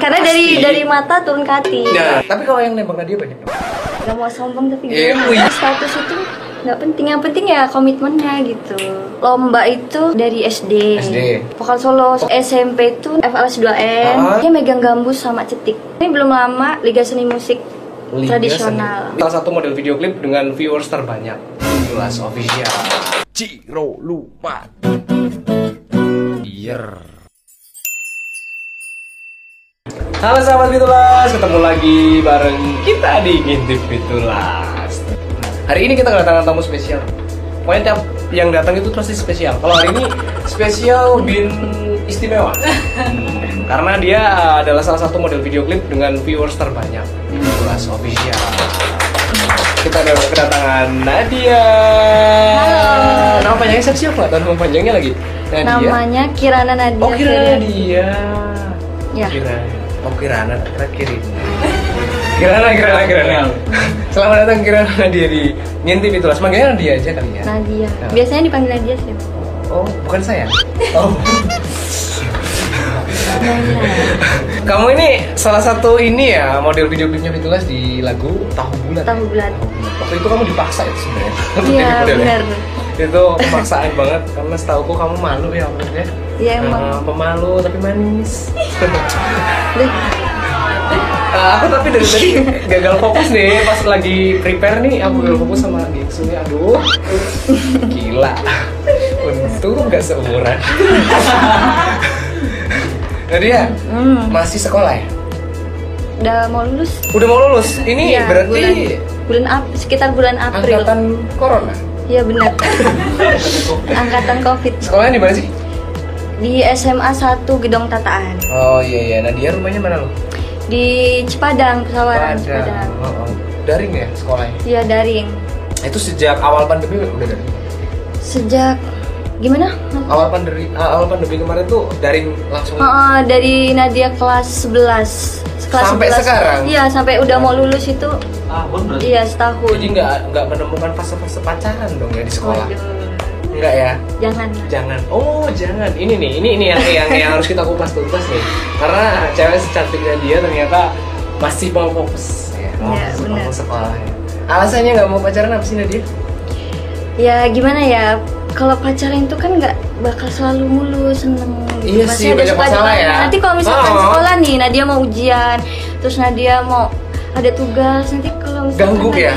Karena dari Pasti. dari mata turun ke hati. Nah, Tapi kalau yang nembak Nadia banyak dong. Gak mau sombong tapi Ya, Eh, gimana? wih. Status itu nggak penting. Yang penting ya komitmennya gitu. Lomba itu dari SD. SD. Vokal Solo. SMP itu FLS 2N. Ah. Dia megang gambus sama cetik. Ini belum lama Liga Seni Musik Liga tradisional. seni. Salah satu model video klip dengan viewers terbanyak. Jelas official. Ciro lupa. Yer. Halo sahabat Fitulas, ketemu lagi bareng kita di Ngintip Fitulas. Hari ini kita kedatangan tamu spesial. Pokoknya tiap yang datang itu pasti spesial. Kalau hari ini spesial bin istimewa. Hmm, Karena dia adalah salah satu model video klip dengan viewers terbanyak. Fitulas official. Kita ada kedatangan Nadia. Halo. Nama panjangnya siapa siapa? Nama panjangnya lagi. Nadia. Namanya Kirana Nadia. Oh Kirana Feryani. dia. Ya. Kirana. Oh Kirana, kira kiri. Kirana, Kirana, Kirana. Selamat datang Kirana dia di ngintip itu lah. Semangatnya dia aja kali ya. Nadia. Ya. Biasanya dipanggil Nadia sih. Oh, bukan saya. Oh. Kamu ini salah satu ini ya model video klipnya Fitulas di lagu Tahu Bulat. Tahu Bulat. Waktu itu kamu dipaksa itu sebenarnya. untuk jadi Iya modelnya. benar. Itu pemaksaan banget karena setauku kamu malu ya modelnya. Iya emang. Eh, pemalu tapi manis. Deh, Ah, aku tapi dari tadi gagal fokus deh Iya, pas lagi prepare nih aku gagal fokus sama Gixu nih aduh gila untung nggak seumuran nah dia Hmm. masih sekolah ya Udah mau lulus. udah mau lulus ini Iya, berarti bulan, bulan Ap- sekitar bulan April. angkatan corona Iya benar. angkatan Covid sekolahnya di mana sih di SMA 1 Gedong Tataan oh iya iya nah dia rumahnya mana lo di Cipadang Pesawaran Padang. Cipadang. Oh, oh. daring ya sekolahnya Iya daring. itu sejak awal pandemi udah daring Iya. Sejak gimana? awal pandemi awal pandemi kemarin tuh daring langsung Oh, oh, dari Nadia kelas 11 kelas Sampai sekarang? Iya, sampai udah mau lulus itu Ah, Tahun berarti. iya setahun. Oh, Jadi nggak nggak menemukan fase-fase pacaran dong ya di sekolah? Waduh. Nggak ya? Jangan. Jangan. Oh jangan. Ini nih, ini ini yang yang, yang harus kita kupas tuntas nih. Karena cewek secantiknya dia ternyata masih mau fokus. Ya, mau Iya, fokus- benar. fokus sekolah ya. Alasannya nggak mau pacaran apa sih Nadia? Ya gimana ya? Kalau pacaran itu kan nggak bakal selalu mulu seneng. gitu. Iya Pasti sih, ada banyak suka ada masalah ya. duka. Nanti kalau misalkan Oh. sekolah nih, Nadia mau ujian, terus Nadia mau ada tugas, nanti kalau misalkan Ganggu Nadia- ya.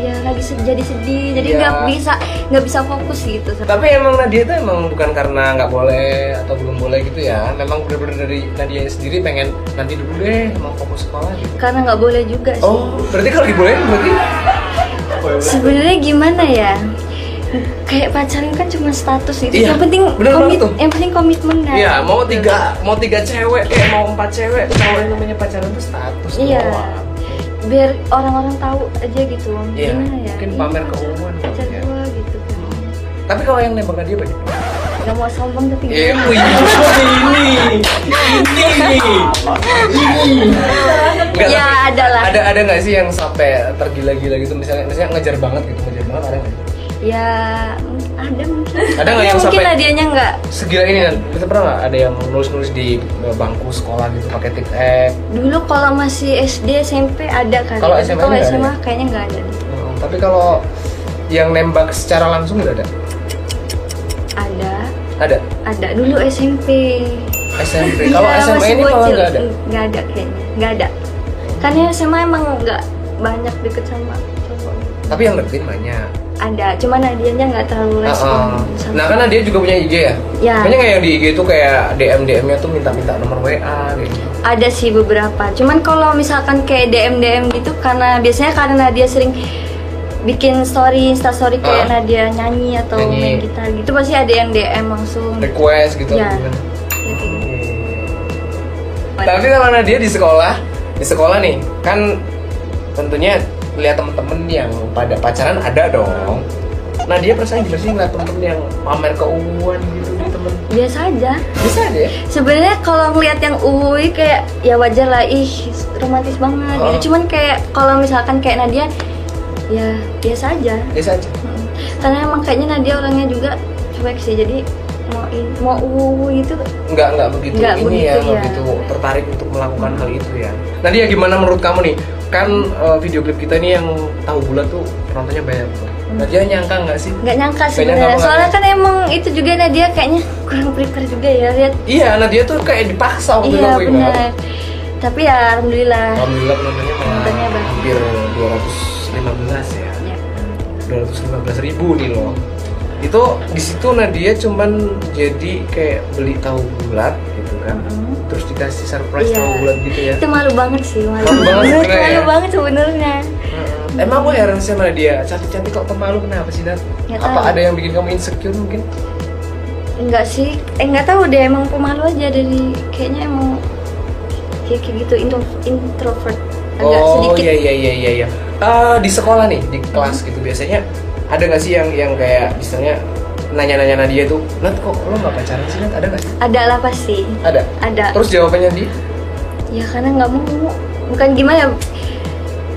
Iya lagi sedih, jadi sedih, jadi Iya. nggak bisa nggak bisa fokus gitu. Tapi emang Nadia tuh emang bukan karena nggak boleh atau belum boleh gitu ya. Memang bener-bener dari Nadia sendiri pengen nanti dulu deh mau fokus sekolah gitu. Karena nggak boleh juga sih. Oh, berarti kalau dibolehin berarti Sebenarnya gimana ya? Kayak pacaran kan cuma status gitu. Iya, yang penting bener banget komit, tuh. yang penting komitmen kan. Iya, mau tiga, mau tiga cewek, eh mau empat cewek, kalau yang namanya pacaran tuh status Iya. doang. Biar orang-orang tahu aja gitu. Iya, Gimana ya? mungkin Ini pamer pacar- keumuman Pacar kali ya. gua gitu kan. Tapi kalau yang nembak dia banyak. Gak mau sombong tapi Eh, gimana? wih, ini, ini, ini. Nggak, Ya, tapi ada lah. Ada ada nggak sih yang sampai tergila-gila gitu, misalnya, misalnya ngejar banget gitu, ngejar banget ada nggak? Ya mm, ada mungkin. Ada nggak Ya, yang mungkin sampai- Nadianya nggak. Segila ini kan, kita pernah nggak ada yang nulis-nulis di bangku sekolah gitu pakai tip eh, Dulu kalau masih SD SMP ada kan. Kalau SMA nggak ada SMA ya? kayaknya nggak ada. hmm, tapi kalau yang nembak secara langsung nggak ada? Ada, Ada. ada. Dulu SMP. SMP. Kalau Iya, SMA masih ini malah bocil. nggak ada. Nggak ada kayaknya. Nggak ada. Karena SMA emang nggak banyak deket sama cowok. Tapi yang deketin banyak. Ada, cuman Nadianya nggak terlalu respon. Heeh. sama- Ah, Nah karena dia juga punya IG ya. Ya. Banyak nggak yang di IG itu kayak DM DM-nya tuh minta-minta nomor WA gitu. Ada sih beberapa. Cuman kalau misalkan kayak DM DM gitu karena biasanya karena Nadia sering bikin story Insta story kayak Ah. Nadia nyanyi atau Nyanyi. main gitar gitu pasti ada yang DM langsung. Request gitu. Ya. gitu. Gitu. Tapi karena dia di sekolah, di sekolah nih kan tentunya lihat temen-temen yang pada pacaran ada dong. Nah dia perasaan gimana sih ngeliat temen-temen yang pamer keumuman gitu di temen Biasa aja. Bisa aja ya? Sebenarnya kalau ngelihat yang uwi kayak ya wajar lah ih romantis banget Ah. gitu. Cuman kayak kalau misalkan kayak Nadia ya biasa aja. Bisa aja Karena emang kayaknya Nadia orangnya juga cuek sih jadi mau in- mau gitu uwu itu nggak nggak begitu Nggak ini ya begitu, nggak ya. begitu tertarik untuk melakukan hal itu ya Nadia gimana menurut kamu nih kan eh, video klip kita ini yang tahu bulat tuh penontonnya banyak Hmm. Nadia nyangka nggak sih nggak nyangka Nggak sebenarnya nyangka soalnya kan emang itu juga Nadia kayaknya kurang prepare juga ya lihat iya Nadia tuh kayak dipaksa waktu itu iya aku ingat. benar tapi ya alhamdulillah alhamdulillah penontonnya Penontonnya malah banyak. hampir 215 ya ya. 215 ribu nih loh itu di situ Nadia cuman jadi kayak beli tahu bulat gitu kan Mhm. terus dikasih surprise Iya. tahu bulat gitu ya itu malu banget sih malu Malu banget banget sebenarnya malu ya. banget sebenarnya Heeh. Emang gue heran sih sama dia, cantik-cantik kok pemalu kenapa sih Nat? Nggak Apa tahu. ada yang bikin kamu insecure mungkin? enggak sih eh nggak tahu deh emang pemalu aja dari kayaknya emang kayak kayak gitu intro- introvert agak oh sedikit iya iya iya iya. iya. Eh, di sekolah nih, di kelas gitu biasanya ada nggak sih yang yang kayak misalnya nanya-nanya Nadia tuh, Nat kok lo nggak pacaran sih Nat? Ada nggak? sih? ada lah pasti Ada. ada Terus jawabannya di? ya karena nggak mau bukan gimana ya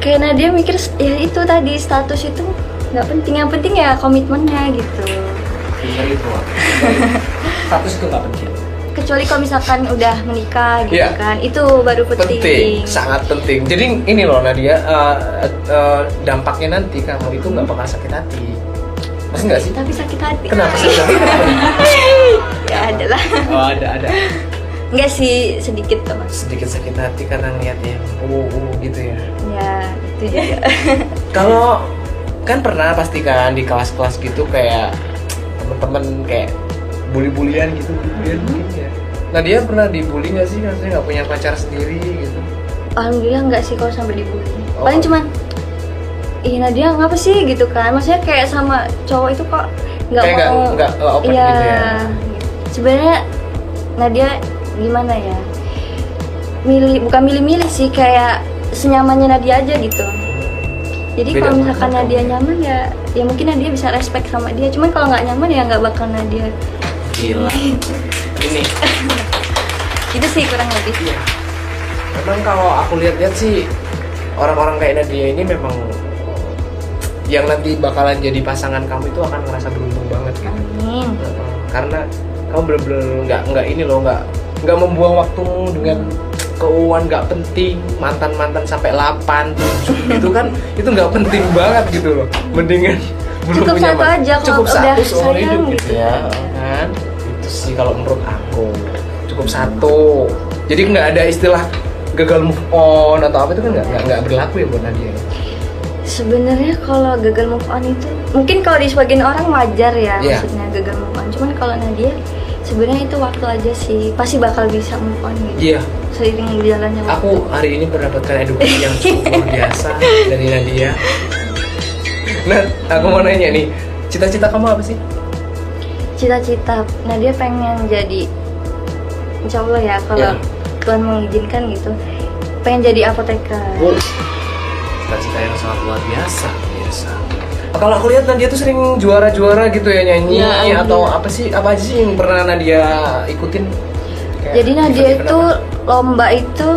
karena dia mikir ya itu tadi status itu nggak penting yang penting ya komitmennya gitu Bener itu. Status itu nggak penting. kecuali kalau misalkan udah menikah gitu Iya. kan itu baru penting, penting, sangat penting. Jadi ini loh Nadia, eh, eh, dampaknya nanti kamu itu nggak bakal sakit hati. Mas nggak sih? tapi sakit hati Kenapa sih? ya adalah Oh ada ada. nggak sih sedikit tuh mas sedikit sakit hati karena ngeliatnya uh, uh gitu ya ya itu juga kalau kan pernah pasti kan di kelas-kelas gitu kayak temen-temen kayak bully-bulian gitu bully-bulian mungkin ya nah dia pernah dibully nggak sih maksudnya nggak punya pacar sendiri gitu alhamdulillah nggak sih kalau sampai dibully Oh. paling cuman Ih Nadia ngapa sih gitu kan Maksudnya kayak sama cowok itu kok nggak Kayak nggak- mau nggak, nggak open Iya gitu ya. Sebenarnya Nadia gimana ya Milih, bukan milih-milih sih Kayak senyamannya Nadia aja gitu Jadi Beda kalau banget misalkan dong. Nadia nyaman ya Ya mungkin Nadia bisa respect sama dia Cuman kalau nggak nyaman ya nggak bakal Nadia gila ini Itu Gitu sih kurang lebih Iya. Memang kalau aku lihat-lihat sih orang-orang kayak Nadia ini memang eh, yang nanti bakalan jadi pasangan kamu itu akan ngerasa beruntung banget gitu. Amin karena kamu bener-bener nggak nggak ini loh nggak nggak membuang waktumu dengan keuangan nggak penting mantan mantan sampai 8 7 itu kan itu nggak penting banget gitu loh mendingan belum Cukup punya satu mantan. aja kalau cukup udah satu seumur sayang hidup gitu, gitu ya ya. kan itu sih kalau menurut aku cukup satu jadi nggak ada istilah gagal move on atau apa itu kan nggak nggak- nggak berlaku ya buat Nadia ya? Sebenarnya kalau gagal move on itu mungkin kalau di sebagian orang wajar ya Iya. maksudnya gagal move on. Cuman kalau Nadia sebenarnya itu waktu aja sih pasti bakal bisa move on gitu. Iya, Seiring jalannya waktu. Aku hari ini mendapatkan edukasi yang cukup luar biasa dari Nadia. Nat, aku mau nanya nih, cita-cita kamu apa sih? Cita-cita Nadia pengen jadi Insya Allah ya kalau Iya. Tuhan mengizinkan gitu pengen jadi apoteker. Cita-cita yang sangat luar biasa, biasa. Kalau aku lihat Nadia tuh sering juara-juara gitu ya nyanyi Ya, atau alhamdulillah. apa sih apa aja sih yang pernah Nadia ikutin? Kayak Jadi Nadia event-event itu apa? lomba itu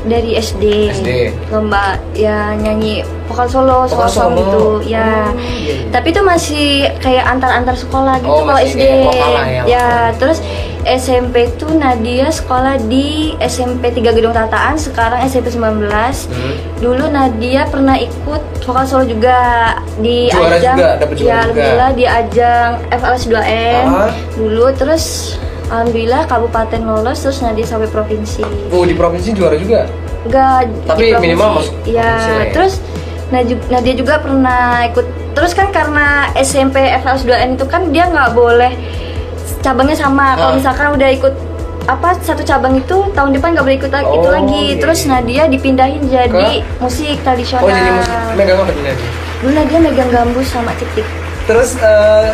dari SD. SD. Lomba ya nyanyi vokal solo, Vokal soal-soal solo. gitu. Ya. Oh, iya, iya. Tapi itu masih kayak antar-antar sekolah gitu Oh, kalau masih SD. kayak lokal lah ya, lokal. terus SMP itu Nadia sekolah di SMP 3 Gedung Tataan, sekarang SMP 19. Hmm. Dulu Nadia pernah ikut vokal solo juga di Juara ajang juga, dapet ya, juara juga. alhamdulillah di ajang FLS 2N Ah. dulu terus alhamdulillah kabupaten lolos terus Nadia sampai provinsi. Oh di provinsi juara juga. Enggak Tapi minimal masuk Iya, provinsi lah ya. terus Naju- Nadia juga pernah ikut terus kan karena SMP FLS 2N itu kan dia nggak boleh cabangnya sama. Kalau Ah. misalkan udah ikut apa satu cabang itu tahun depan nggak boleh ikut lagi itu Oh, lagi. iya, Terus iya. Nadia dipindahin jadi musik tradisional. Oh jadi musik megang apa di Nadia? Dulu Nadia megang gambus sama cik-cik Terus eh,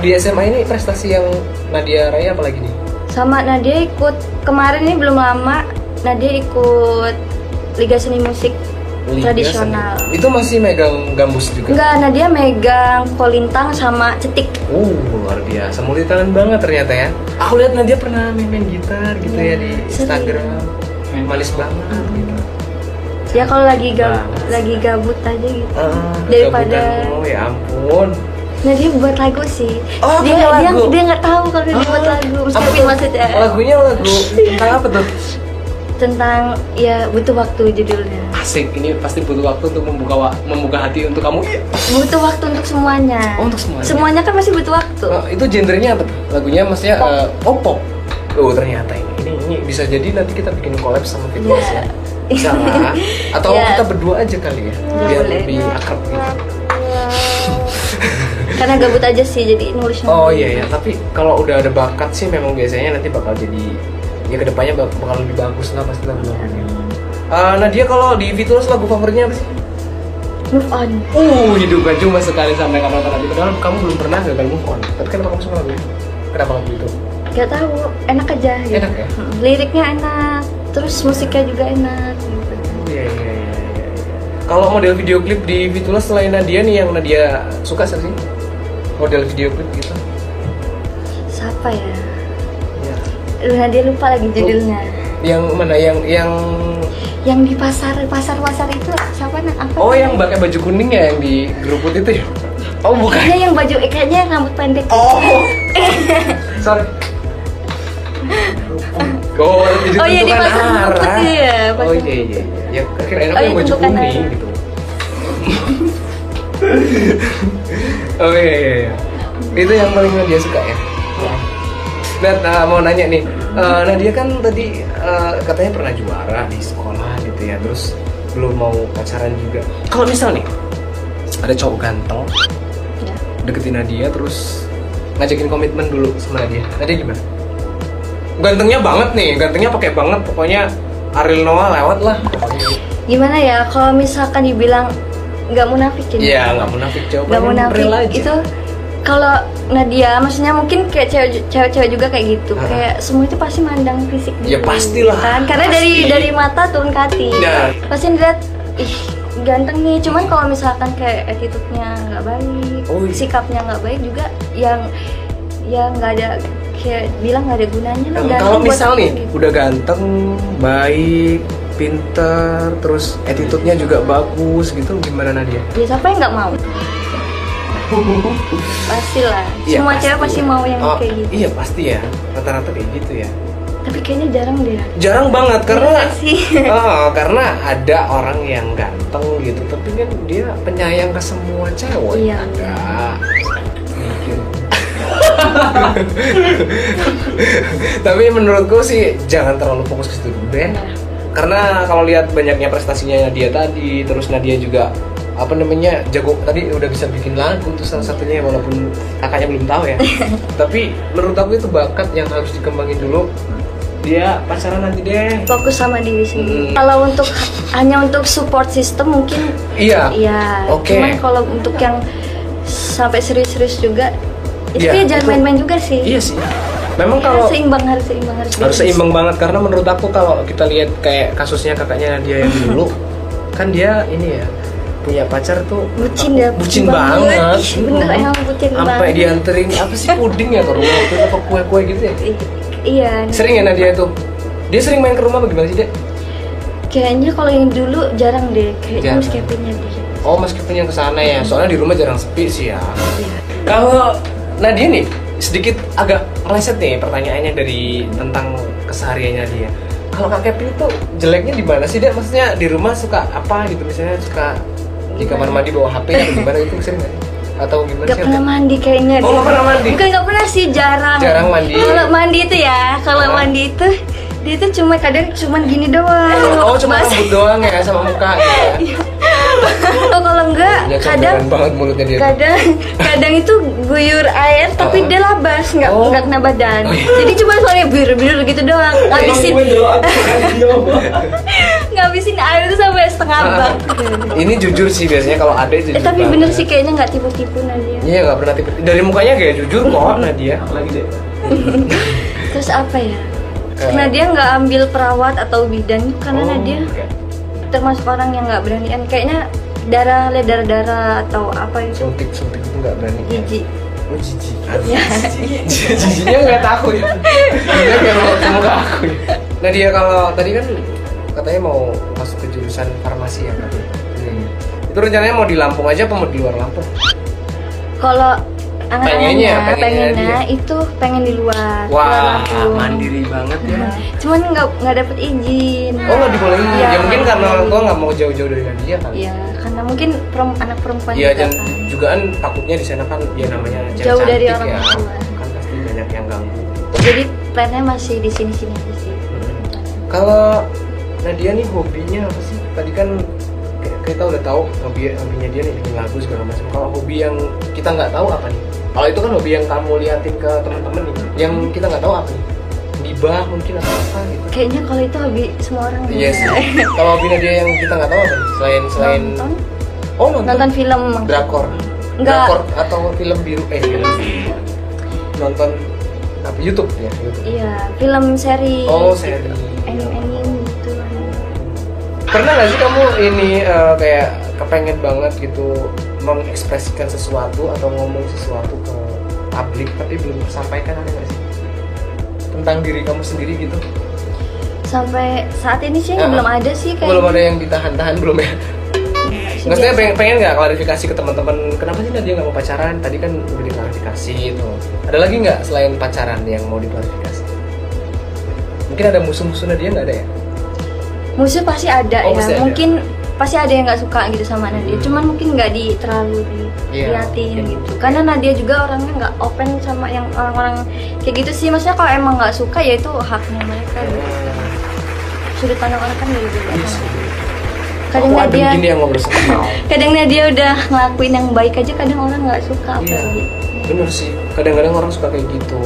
di SMA ini prestasi yang Nadia raih apa lagi nih? Sama Nadia ikut kemarin ini belum lama Nadia ikut Liga Seni Musik Liga Tradisional. seni. Itu masih megang gambus juga. Enggak, Nadia megang kolintang sama cetik. Uh, luar biasa. Multi talent banget ternyata ya. Aku lihat Nadia pernah main-main gitar gitu ya di Iya, Sering. Hmm. Instagram. Manis banget gitu. Ya Nah. kalau lagi gab Banget. lagi gabut aja gitu. Ah, Daripada- kegabutan. Oh ya ampun. Nah dia buat lagu sih. Oh, dia punya dia lagu. dia nggak tahu kalau dia Ah, buat lagu. Mas apa Kevin tuh? maksudnya eh, Lagunya lagu tentang apa tuh? tentang ya butuh waktu judulnya. Asik, ini pasti butuh waktu untuk membuka wa- membuka hati untuk kamu. Butuh waktu untuk semuanya. Oh, untuk semuanya. Semuanya kan masih butuh waktu. Eh, itu gendernya apa tuh? Lagunya maksudnya eh, oh, pop. Oh, ternyata ini, ini ini bisa jadi nanti kita bikin collab sama video Iya. Bisa lah. Atau Iya. kita berdua aja kali ya, biar boleh. lebih akrab gitu. Karena gabut aja sih jadi nulis. Oh iya ya, tapi kalau udah ada bakat sih memang biasanya nanti bakal jadi ya kedepannya bak- bakal lebih bagus lah pasti lagu lagunya. nah dia kalau di Fitulas lagu favoritnya apa sih? Move on. Uh, hidup gak cuma sekali sampai kapan kapan itu padahal kamu belum pernah gagal move on. Tapi kenapa kamu suka lagu ini? Kenapa lagu itu? Gak tahu enak aja. gitu. Enak ya? Mm, Liriknya enak, terus musiknya juga enak. gitu. Iya iya iya. iya. Kalau model video klip di Fitulas selain Nadia nih yang Nadia suka siapa sih? Model video klip gitu. Siapa ya? Iya. Nah dia lupa lagi judulnya. Yang mana yang yang Yang di pasar pasar pasar itu siapa nak? Apa Oh namanya? yang pakai baju kuning ya yang di geruput itu ya? Oh bukan. Dia yang baju eh, kayaknya yang rambut pendek. Oh. Sorry. Oh, Oh, iya, ditentukan dipasang rumput arah. iya, Oh pasang iya iya. iya. Ya kira Oh, enaknya iya, baju tentukan kuning arah. gitu. oh iya, iya iya. Itu yang paling dia suka ya. Iya. Nah, nah, mau nanya nih, Eh, nah dia kan tadi eh, katanya pernah juara di sekolah gitu ya, terus belum mau pacaran juga. Kalau misal nih, ada cowok ganteng Ya. deketin Nadia terus ngajakin komitmen dulu sama Nadia. Nadia gimana? Gantengnya banget nih, gantengnya pakai banget pokoknya Ariel Noah lewat lah. Gimana ya kalau misalkan dibilang nggak munafikin? Iya, nggak munafik jawabannya. nggak munafik real aja. itu kalau Nadia maksudnya mungkin kayak cewek- cewek-cewek juga kayak gitu Ah. kayak semua itu pasti mandang fisik Ya, dulu, pastilah. kan karena dari Pasti. dari mata turun ke hati Nah. pasti dilihat ih ganteng nih cuman kalau misalkan kayak attitude-nya nggak baik Oh, iya. sikapnya nggak baik juga yang yang nggak ada kayak bilang nggak ada gunanya lah Nah, ganteng kalau buat misal apa nih gitu. udah ganteng, baik, pinter, terus attitude-nya juga bagus gitu gimana Nadia? ya siapa yang nggak mau pastilah Iya, semua cewek pasti mau yang Oh, kayak gitu Iya pasti ya, rata-rata kayak gitu ya. tapi kayaknya jarang deh Jarang banget karena Jarang Iya sih. Oh, karena ada orang yang ganteng gitu, tapi kan dia penyayang ke semua cewek. Iya. Ada. Mikir. tapi menurutku sih jangan terlalu fokus ke situ dulu deh. Nah. Karena kalau lihat banyaknya prestasinya Nadia tadi, terus Nadia juga apa namanya jago tadi udah bisa bikin lagu tuh salah satunya walaupun kakaknya belum tahu ya tapi menurut aku itu bakat yang harus dikembangin dulu dia pacaran nanti deh fokus sama diri sendiri. Hmm. Kalau untuk hanya untuk support system mungkin iya ya. Oke. Cuman kalau untuk yang sampai serius-serius juga itu Iya, ya jangan itu- main-main juga sih. Iya sih. Memang Harus kalau seimbang harus seimbang harus. balance. harus seimbang banget karena menurut aku kalau kita lihat kayak kasusnya kakaknya dia yang dulu kan dia ini ya punya pacar tuh Bucin ya, bucin bucin banget, banget. Ih, bener, emang bucin sampai banget. dianterin apa sih puding ya ke rumah waktu itu, apa kue-kue gitu ya I- Iya. sering ya Nadia itu dia sering main ke rumah bagaimana sih dia Kayaknya kalau yang dulu jarang deh. Kayaknya Jarang. harus Kevinnya deh. oh meskipun yang kesana ya soalnya di rumah jarang sepi sih ya Iya. Kalau Nadia nih sedikit agak meleset nih pertanyaannya dari tentang kesehariannya dia. Kalau Kak Kevin itu jeleknya di mana sih dia? Maksudnya di rumah suka apa gitu misalnya suka di kamar mandi bawa HP atau gimana itu sering nggak? sih? Atau gimana Gak sih? pernah mandi kayaknya Oh, deh. nggak pernah mandi? Bukan gak pernah sih, jarang Jarang mandi. Kalau mandi itu ya, kalau Ah. mandi itu Dia itu cuma kadang cuma gini doang Oh cuma Basah. rambut doang ya sama muka gitu ya. Oh, kalau enggak Ya, Iya, kadang comberan banget mulutnya dia. tuh. kadang kadang itu guyur air tapi Oh. dia labas nggak Oh. nggak kena badan Oh, iya. Oh, jadi cuma soalnya biru biru gitu doang ngabisin ngabisin air itu sampai Ah. setengah bak Ini jujur sih biasanya kalau ada jujur. eh tapi banget. bener sih kayaknya nggak tipu tipu Nadia Iya nggak pernah tipe dari mukanya kayak jujur kok Nadia. Lagi deh. terus apa ya Eh. Nadia nggak ambil perawat atau bidan Oh, karena Nadia termasuk orang yang nggak beranian kayaknya darah lihat darah darah atau apa itu suntik suntik itu nggak berani jijik oh jijik jijik jijiknya nggak takut dia nggak mau ketemu ke aku ya. nah dia kalau tadi kan katanya mau masuk ke jurusan farmasi Hmm. ya kan itu rencananya mau di Lampung aja apa mau di luar Lampung kalau Angan-angannya, Pengennya, pengennya pengennya itu pengen di luar. di luar Wah, Lampung. mandiri banget ya. Nah, Cuman nggak nggak dapet izin. Oh nggak dibolehin? Iya, Ya, mungkin karena nggak orang tua dibolehin. nggak mau jauh-jauh dari Nadia kan? Iya, karena mungkin perem- anak perempuan Iya, juga dan kan. juga kan takutnya di sana kan ya namanya cewek Jauh dari cantik orang ya. tua. Kan pasti banyak yang ganggu. Jadi plannya masih di sini-sini aja sih. Hmm. Kalau Nadia nih hobinya apa sih? Tadi kan kayak kita udah tahu hobi hobinya dia nih bikin lagu segala macam. Kalau hobi yang kita nggak tahu apa nih? Kalau itu kan hobi yang kamu liatin ke teman-teman nih, yang kita nggak tahu apa nih? Gibah mungkin atau apa gitu? Kayaknya kalau itu hobi semua orang. Iya ya. sih. Kalau hobi Nadia yang kita nggak tahu apa nih? Selain selain Nonton, oh nonton, nonton film. drakor, Nggak. drakor atau film biru eh film biru. nonton apa YouTube ya? YouTube. Iya, film seri. Oh seri. Anime-anime gitu. pernah nggak sih kamu ini eh, kayak kepengen banget gitu mengekspresikan sesuatu atau ngomong sesuatu ke publik tapi belum tersampaikan ada nggak sih tentang diri kamu sendiri gitu Sampai saat ini sih Ah. belum ada sih Iya, kayak. Iya. belum ada yang ditahan-tahan belum ya maksudnya pengen pengen nggak klarifikasi ke teman-teman kenapa sih Nadia nggak mau pacaran tadi kan udah diklarifikasi itu ada lagi nggak selain pacaran yang mau diklarifikasi mungkin ada musuh-musuh Nadia nggak ada ya musuh pasti ada Oh, ya pasti ada. mungkin pasti ada yang nggak suka gitu sama Nadia Hmm. cuman mungkin nggak di terlalu Iya, diliatin mungkin. gitu karena Nadia juga orangnya nggak open sama yang orang-orang kayak gitu sih maksudnya kalau emang nggak suka ya itu haknya mereka gitu sudut pandang orang kan beda-beda Iya kan. sih. kadang Aku adem Nadia gini yang ngobrol sama kamu. kadang Nadia udah ngelakuin yang baik aja kadang orang nggak suka apa Iya, sih. bener sih. Kadang-kadang orang suka kayak gitu.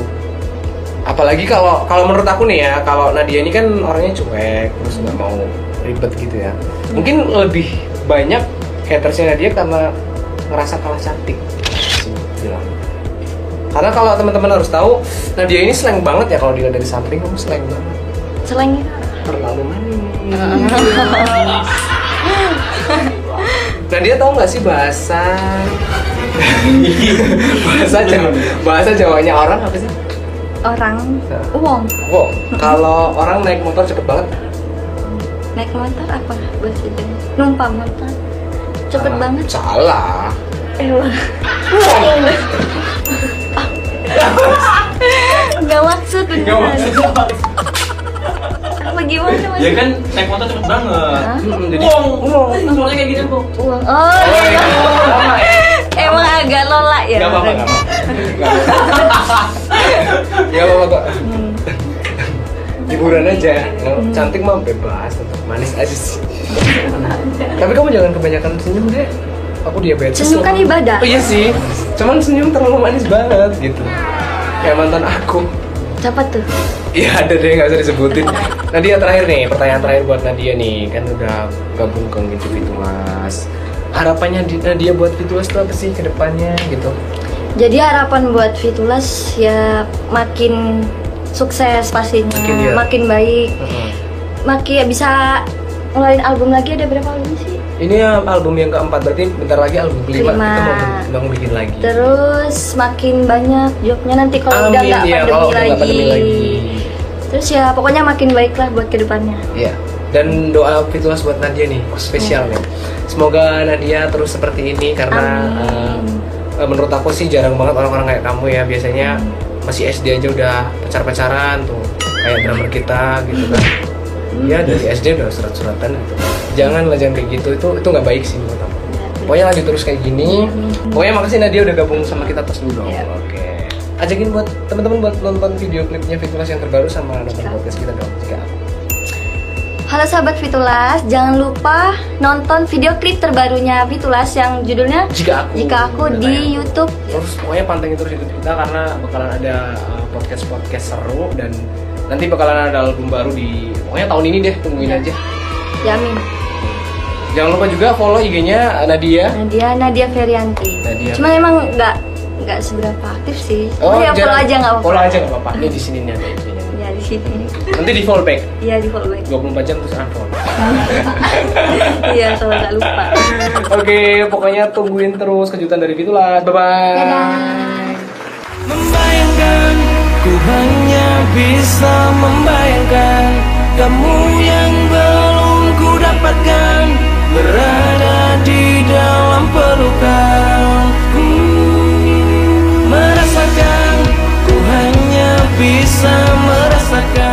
Apalagi kalau kalau menurut aku nih ya, kalau Nadia ini kan orangnya cuek, terus nggak mau ribet gitu ya. Mungkin Iya. lebih banyak hatersnya Nadia karena ngerasa kalah cantik. sih, bilang. Karena kalau teman-teman harus tahu, Nadia ini slang banget ya kalau dilihat dari samping kamu slang banget. selain Terlalu manis. Nadia tahu nggak sih bahasa bahasa Jawa, bahasa Jawanya orang apa sih? orang Nah. uang Wow, kalau orang naik motor cepet banget. naik motor apa bahasa Jawa numpang motor cepet Salah. banget Salah. Eh, wah. Gak maksud Nggak beneran maksud. Apa gimana mas? Iya, Ya kan naik motor cepet banget. Hah? Mm-mm, jadi Wong, wong, suaranya kayak gitu. gini kok. Uang Oh iya iya. Emang agak lola ya Gak apa-apa, orang. gak apa-apa. Gak apa-apa kok. Hmm. Hiburan aja. Nggak- Cantik mah bebas, tetap manis aja sih. Tapi kamu jangan kebanyakan senyum deh. Aku diabetes. Senyum kan loh. ibadah. Oh, iya sih. Cuman senyum terlalu manis banget gitu. Kayak mantan aku. Siapa tuh? Iya ada deh nggak usah disebutin. Nadia terakhir nih, pertanyaan terakhir buat Nadia nih, kan udah gabung ke gitu Fitulas. Harapannya di- Nadia buat Fitulas tuh apa sih ke depannya gitu? Jadi harapan buat Fitulas ya makin sukses pastinya Makin iya. dia. baik Makin ya bisa ngeluarin album lagi ada berapa album sih? Ini ya album yang keempat berarti bentar lagi album kelima Kelima. kita mau, bi- mau bikin lagi. Terus makin banyak jobnya nanti kalau udah nggak ya, pandemi, kalau udah nggak pandemi lagi. Terus ya pokoknya makin baiklah buat kedepannya. Iya. Dan doa Fitulas buat Nadia nih Iya. oh, spesial nih. Semoga Nadia terus seperti ini karena Amin. eh, eh, menurut aku sih jarang banget orang-orang kayak kamu ya biasanya masih SD aja udah pacar-pacaran tuh kayak drummer kita gitu kan. Hmm. Iya dari SD udah surat-suratan gitu. Jangan lah jangan kayak gitu itu itu nggak baik sih menurut aku. Pokoknya lanjut terus kayak gini. Pokoknya makasih Nadia udah gabung sama kita terus dulu. dong. Iya. Oke. Ajakin buat teman-teman buat nonton video klipnya Fitulas yang terbaru sama nonton Jika. Iya. podcast kita dong jika Halo sahabat Fitulas, jangan lupa nonton video klip terbarunya Fitulas yang judulnya jika aku ya. Jika Aku Udah tayang. di YouTube. terus pokoknya pantengin terus YouTube kita karena bakalan ada podcast podcast seru dan nanti bakalan ada album baru di pokoknya tahun ini deh tungguin Ya. aja Yamin. jangan lupa juga follow IG-nya uh, Nadia Nadia Nadia Ferianti. Nadia. Oh, Cuman emang nggak nggak seberapa aktif sih. ya follow jangan- aja nggak apa-apa. follow aja nggak apa-apa ini di sini nih ada IG-nya Ya di sini. nanti di follow back Iya di follow back. 24 jam terus unfollow Iya kalau nggak lupa. oke pokoknya tungguin terus kejutan dari Fitulas bye bye Dadah. Membayangkan Ku hanya bisa membayangkan Kamu yang belum ku dapatkan Berada di dalam pelukan Hmm, rasakan